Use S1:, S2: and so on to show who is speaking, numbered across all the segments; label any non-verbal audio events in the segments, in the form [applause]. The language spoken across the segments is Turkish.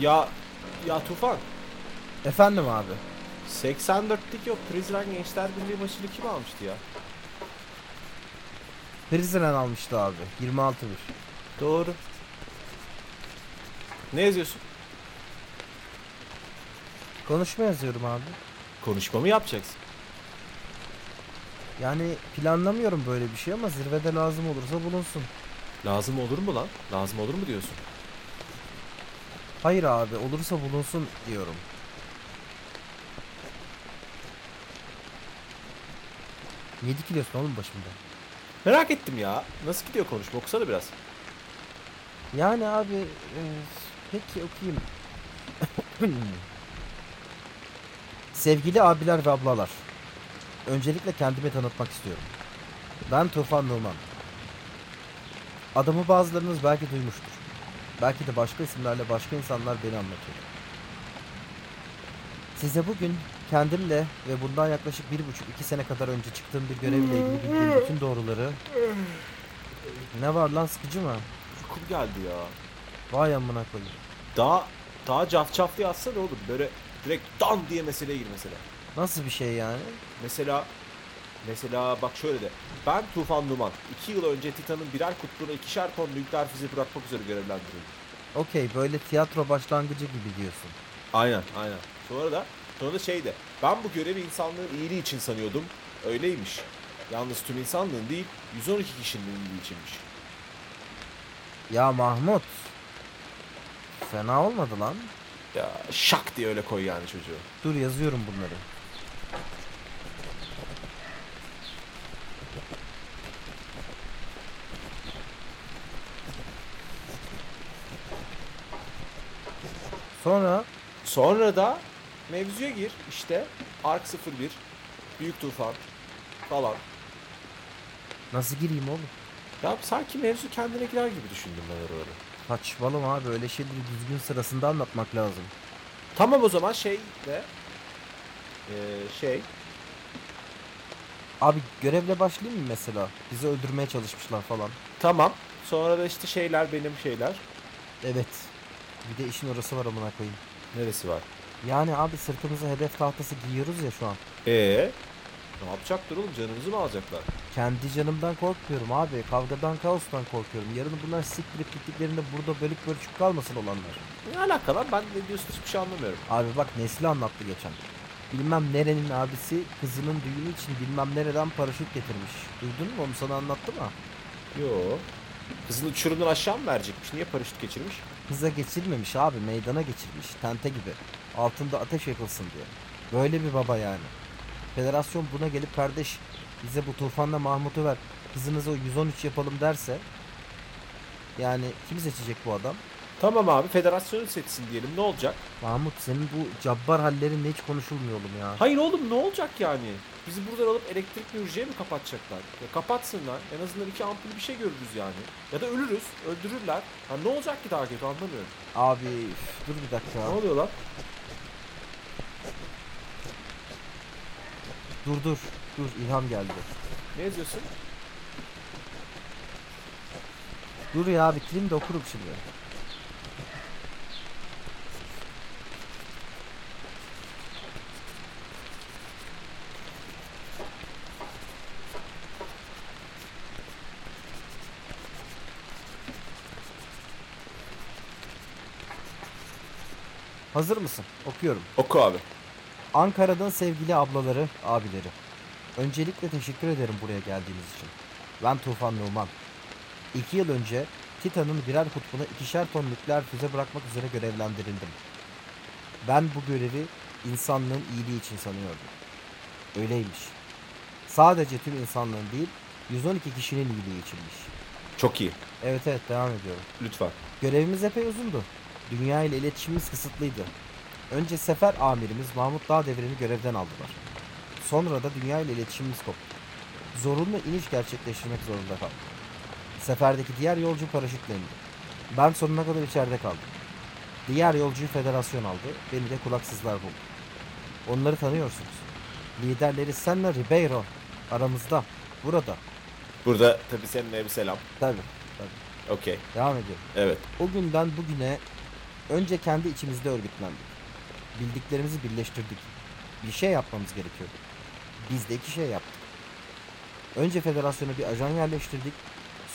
S1: Ya ya Tufan
S2: Efendim abi.
S1: 84'lük yok Prizren Gençler Birliği başını kim almıştı ya?
S2: Prizren almıştı abi. 26 bir.
S1: Doğru. Ne yazıyorsun?
S2: Konuşma yazıyorum abi.
S1: Konuşma mı yapacaksın?
S2: Yani planlamıyorum böyle bir şey ama zirvede lazım olursa bulunsun.
S1: Lazım olur mu lan? Lazım olur mu diyorsun?
S2: Hayır abi olursa bulunsun diyorum. Niye dikiliyorsun oğlum başımda?
S1: Merak ettim ya. Nasıl gidiyor konuşma? Okusana biraz.
S2: Yani abi e, peki okuyayım. [laughs] Sevgili abiler ve ablalar. Öncelikle kendimi tanıtmak istiyorum. Ben Tufan Numan. Adamı bazılarınız belki duymuştur. Belki de başka isimlerle başka insanlar beni anlatıyor. Size bugün kendimle ve bundan yaklaşık bir buçuk iki sene kadar önce çıktığım bir görevle ilgili bildiğim bütün doğruları... Ne var lan sıkıcı mı?
S1: Uykum geldi ya.
S2: Vay amına koyayım.
S1: Daha daha cafcaflı yazsa ne olur? Böyle direkt dan diye meseleye gir mesela.
S2: Nasıl bir şey yani?
S1: Mesela mesela bak şöyle de. Ben Tufan Numan. 2 yıl önce Titan'ın birer kutbuna ikişer ton nükleer füze bırakmak üzere görevlendirildim.
S2: Okey böyle tiyatro başlangıcı gibi diyorsun.
S1: Aynen aynen. Sonra da sonra da şey de ben bu görevi insanlığın iyiliği için sanıyordum. Öyleymiş. Yalnız tüm insanlığın değil 112 kişinin iyiliği içinmiş.
S2: Ya Mahmut. Fena olmadı lan.
S1: Ya şak diye öyle koy yani çocuğu.
S2: Dur yazıyorum bunları. Sonra
S1: Sonra da mevzuya gir işte Ark 01, Büyük Tufan falan.
S2: nasıl gireyim oğlum?
S1: Ya sanki mevzu kendine girer gibi düşündüm ben oraları.
S2: Saçmalama abi öyle şeyleri düzgün sırasında anlatmak lazım.
S1: Tamam o zaman şey de eee, şey
S2: Abi görevle başlayayım mı mesela? Bizi öldürmeye çalışmışlar falan.
S1: tamam. Sonra da işte şeyler benim şeyler.
S2: Evet. Bir de işin orası var amına koyayım.
S1: Neresi var?
S2: Yani abi sırtımıza hedef tahtası giyiyoruz ya şu an.
S1: Ee ne yapacaktır oğlum canımızı mı alacaklar?
S2: Kendi canımdan korkmuyorum abi. Kavgadan, kaostan korkuyorum. Yarın bunlar siktirip gittiklerinde burada bölük bölçük kalmasın olanlar.
S1: Ne alaka lan? Ben ne diyorsun hiçbir şey anlamıyorum.
S2: Abi bak Nesli anlattı geçen. Bilmem nerenin abisi kızının düğünü için bilmem nereden paraşüt getirmiş. Duydun mu onu sana anlattı mı?
S1: Yo. Kızını uçurumdan aşağı mı verecekmiş? Niye paraşüt geçirmiş?
S2: Kıza geçirmemiş abi meydana geçirmiş. Tente gibi. Altında ateş yakılsın diye. Böyle bir baba yani. Federasyon buna gelip kardeş bize bu tufanla Mahmut'u ver. Kızınıza o 113 yapalım derse. Yani kim seçecek bu adam?
S1: Tamam abi federasyonu seçsin diyelim ne olacak?
S2: Mahmut senin bu cabbar hallerinle hiç konuşulmuyor oğlum ya.
S1: Hayır oğlum ne olacak yani? Bizi buradan alıp elektrik mürciye mi kapatacaklar? Ya kapatsınlar. En azından iki ampul bir şey görürüz yani. Ya da ölürüz. Öldürürler. Ha ne olacak ki daha kötü anlamıyorum.
S2: Abi üf, dur bir dakika.
S1: Ne oluyor lan?
S2: Dur dur. Dur ilham geldi.
S1: Ne yazıyorsun?
S2: Dur ya bitireyim de okurum şimdi. Hazır mısın? Okuyorum.
S1: Oku abi.
S2: Ankara'dan sevgili ablaları, abileri. Öncelikle teşekkür ederim buraya geldiğiniz için. Ben Tufan Numan. İki yıl önce Titan'ın birer kutbuna ikişer ton nükleer füze bırakmak üzere görevlendirildim. Ben bu görevi insanlığın iyiliği için sanıyordum. Öyleymiş. Sadece tüm insanlığın değil, 112 kişinin iyiliği içinmiş.
S1: Çok iyi.
S2: Evet evet devam ediyorum.
S1: Lütfen.
S2: Görevimiz epey uzundu. Dünya ile iletişimimiz kısıtlıydı. Önce sefer amirimiz Mahmut Dağdeviren'i görevden aldılar. Sonra da dünya ile iletişimimiz koptu. Zorunlu iniş gerçekleştirmek zorunda kaldık. Seferdeki diğer yolcu paraşütle indi. Ben sonuna kadar içeride kaldım. Diğer yolcuyu federasyon aldı. Beni de kulaksızlar buldu. Onları tanıyorsunuz. Liderleri Senna Ribeiro. Aramızda. Burada.
S1: Burada tabii seninle bir selam.
S2: Tabii.
S1: Okey.
S2: Devam ediyorum.
S1: Evet.
S2: O günden bugüne Önce kendi içimizde örgütlendik. Bildiklerimizi birleştirdik. Bir şey yapmamız gerekiyordu. Biz de iki şey yaptık. Önce federasyona bir ajan yerleştirdik.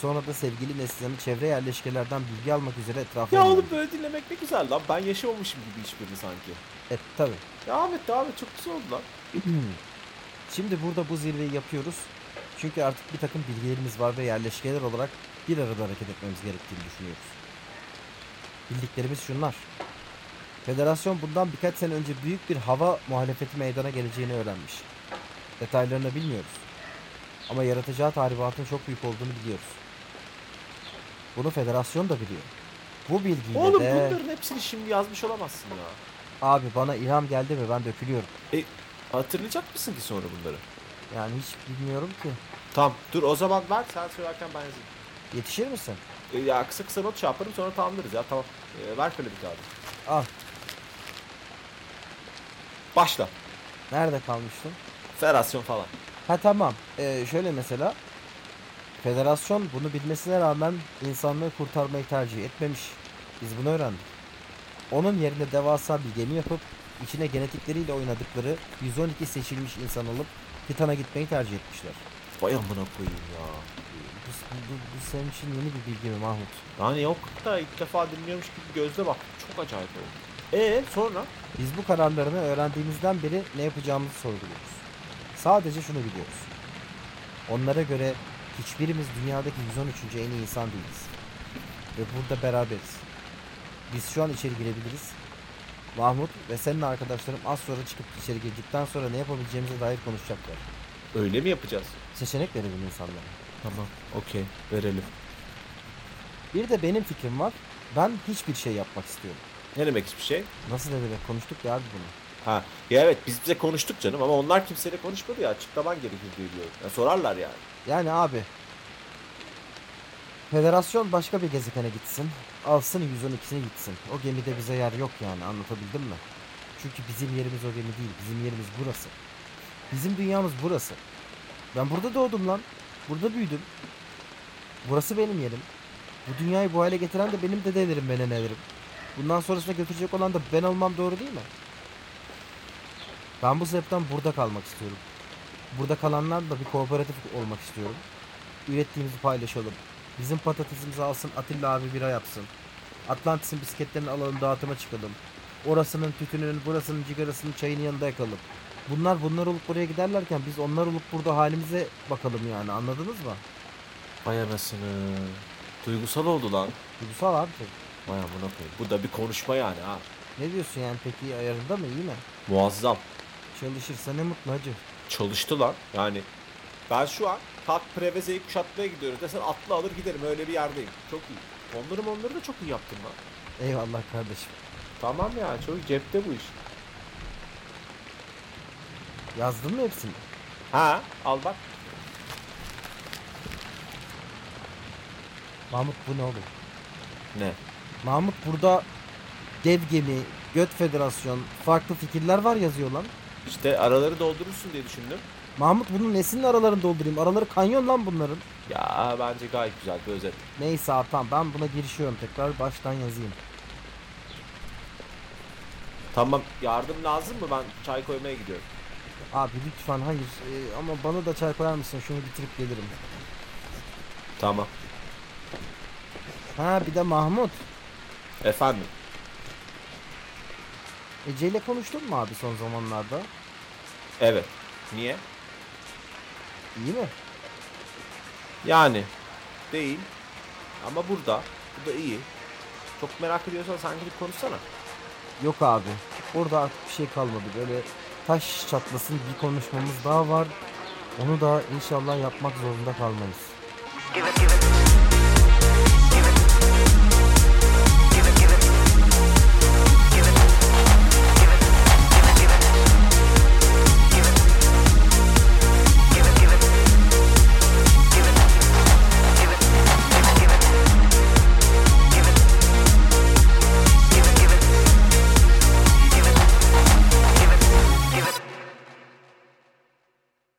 S2: Sonra da sevgili Neslihan'ı çevre yerleşkelerden bilgi almak üzere etrafa
S1: Ya oğlum
S2: yönlendik.
S1: böyle dinlemek ne güzel lan. Ben yaşamamışım gibi hiçbirini sanki.
S2: E tabi.
S1: Devam et devam et. Çok güzel oldu lan.
S2: Şimdi burada bu zirveyi yapıyoruz. Çünkü artık bir takım bilgilerimiz var ve yerleşkeler olarak bir arada hareket etmemiz gerektiğini düşünüyoruz. Bildiklerimiz şunlar. Federasyon bundan birkaç sene önce büyük bir hava muhalefeti meydana geleceğini öğrenmiş. Detaylarını bilmiyoruz. Ama yaratacağı tahribatın çok büyük olduğunu biliyoruz. Bunu federasyon da biliyor. Bu bilgiyle
S1: Oğlum
S2: de...
S1: bunların hepsini şimdi yazmış olamazsın ya.
S2: Abi bana ilham geldi mi ben dökülüyorum.
S1: Hatırlayacak mısın ki sonra bunları?
S2: Yani hiç bilmiyorum ki.
S1: Tamam dur o zaman ver sen söylerken ben yazayım.
S2: Yetişir misin?
S1: E, Ya kısa kısa not şey yaparım sonra tamamlarız ya tamam. E, ver şöyle bir kağıdı.
S2: Al.
S1: Başla.
S2: Nerede kalmıştım?
S1: Federasyon falan.
S2: Ha tamam. Ee, şöyle mesela. Federasyon bunu bilmesine rağmen insanlığı kurtarmayı tercih etmemiş. Biz bunu öğrendik. Onun yerine devasa bir gemi yapıp içine genetikleriyle oynadıkları 112 seçilmiş insan alıp Titan'a gitmeyi tercih etmişler.
S1: Vay amına koyayım ya.
S2: Bu, bu, bu, bu senin için yeni bir bilgi mi Mahmut?
S1: Yani yok da ilk defa dinliyormuş gibi gözle bak. Çok acayip oldu. E sonra?
S2: Biz bu kararlarını öğrendiğimizden beri ne yapacağımızı sorguluyoruz. Sadece şunu biliyoruz. Onlara göre hiçbirimiz dünyadaki 113. en iyi insan değiliz. Ve burada beraberiz. Biz şu an içeri girebiliriz. Mahmut ve senin arkadaşlarım az sonra çıkıp içeri girdikten sonra ne yapabileceğimize dair konuşacaklar.
S1: Öyle mi yapacağız?
S2: Seçenek verelim insanlara.
S1: Tamam okey verelim.
S2: Bir de benim fikrim var. Ben hiçbir şey yapmak istiyorum.
S1: Ne demek hiçbir şey?
S2: Nasıl ne demek konuştuk ya abi bunu.
S1: Ha ya evet biz bize konuştuk canım ama onlar kimseyle konuşmadı ya açıklaman gerekir diye diyorum. Ya sorarlar yani.
S2: Yani abi. Federasyon başka bir gezegene gitsin. Alsın 112'sini gitsin. O gemide bize yer yok yani anlatabildim mi? Çünkü bizim yerimiz o gemi değil. Bizim yerimiz burası. Bizim dünyamız burası. Ben burada doğdum lan. Burada büyüdüm. Burası benim yerim. Bu dünyayı bu hale getiren de benim dedelerim ve nenelerim. Bundan sonrasına götürecek olan da ben olmam doğru değil mi? Ben bu sebepten burada kalmak istiyorum. Burada kalanlarla bir kooperatif olmak istiyorum. Ürettiğimizi paylaşalım. Bizim patatesimizi alsın Atilla abi bira yapsın. Atlantis'in bisikletlerini alalım dağıtıma çıkalım. Orasının tütününün burasının cigarasının çayının yanında yakalım. Bunlar bunlar olup buraya giderlerken biz onlar olup burada halimize bakalım yani anladınız mı?
S1: Vay anasını. Duygusal oldu lan.
S2: Duygusal abi.
S1: Vay amına koyayım. Bu da bir konuşma yani ha.
S2: Ne diyorsun yani peki ayarında mı iyi mi?
S1: Muazzam.
S2: Çalışırsa ne mutlu hacı.
S1: Çalıştı lan. Yani ben şu an tat prevezeyi kuşatmaya gidiyoruz desen atlı alır giderim öyle bir yerdeyim. Çok iyi. Onları onları da çok iyi yaptım lan.
S2: Eyvallah kardeşim.
S1: Tamam ya çok cepte bu iş.
S2: Yazdın mı hepsini?
S1: Ha al bak.
S2: Mahmut bu ne oğlum?
S1: Ne?
S2: Mahmut burada dev gemi, göt federasyon, farklı fikirler var yazıyor lan.
S1: İşte araları doldurursun diye düşündüm.
S2: Mahmut bunun nesinin aralarını doldurayım? Araları kanyon lan bunların.
S1: Ya bence gayet güzel bir özet.
S2: Neyse abi tamam ben buna girişiyorum tekrar baştan yazayım.
S1: Tamam yardım lazım mı ben çay koymaya gidiyorum.
S2: Abi lütfen hayır e, ama bana da çay koyar mısın şunu bitirip gelirim.
S1: Tamam.
S2: Ha bir de Mahmut.
S1: Efendim
S2: Ece ile konuştun mu abi son zamanlarda?
S1: evet. Niye?
S2: İyi mi?
S1: Yani değil ama burada. Bu da iyi. Çok merak ediyorsan sen gidip konuşsana.
S2: Yok abi. Orada artık bir şey kalmadı. Böyle taş çatlasın bir konuşmamız daha var. Onu da inşallah yapmak zorunda kalmayız.
S3: Give it, give it.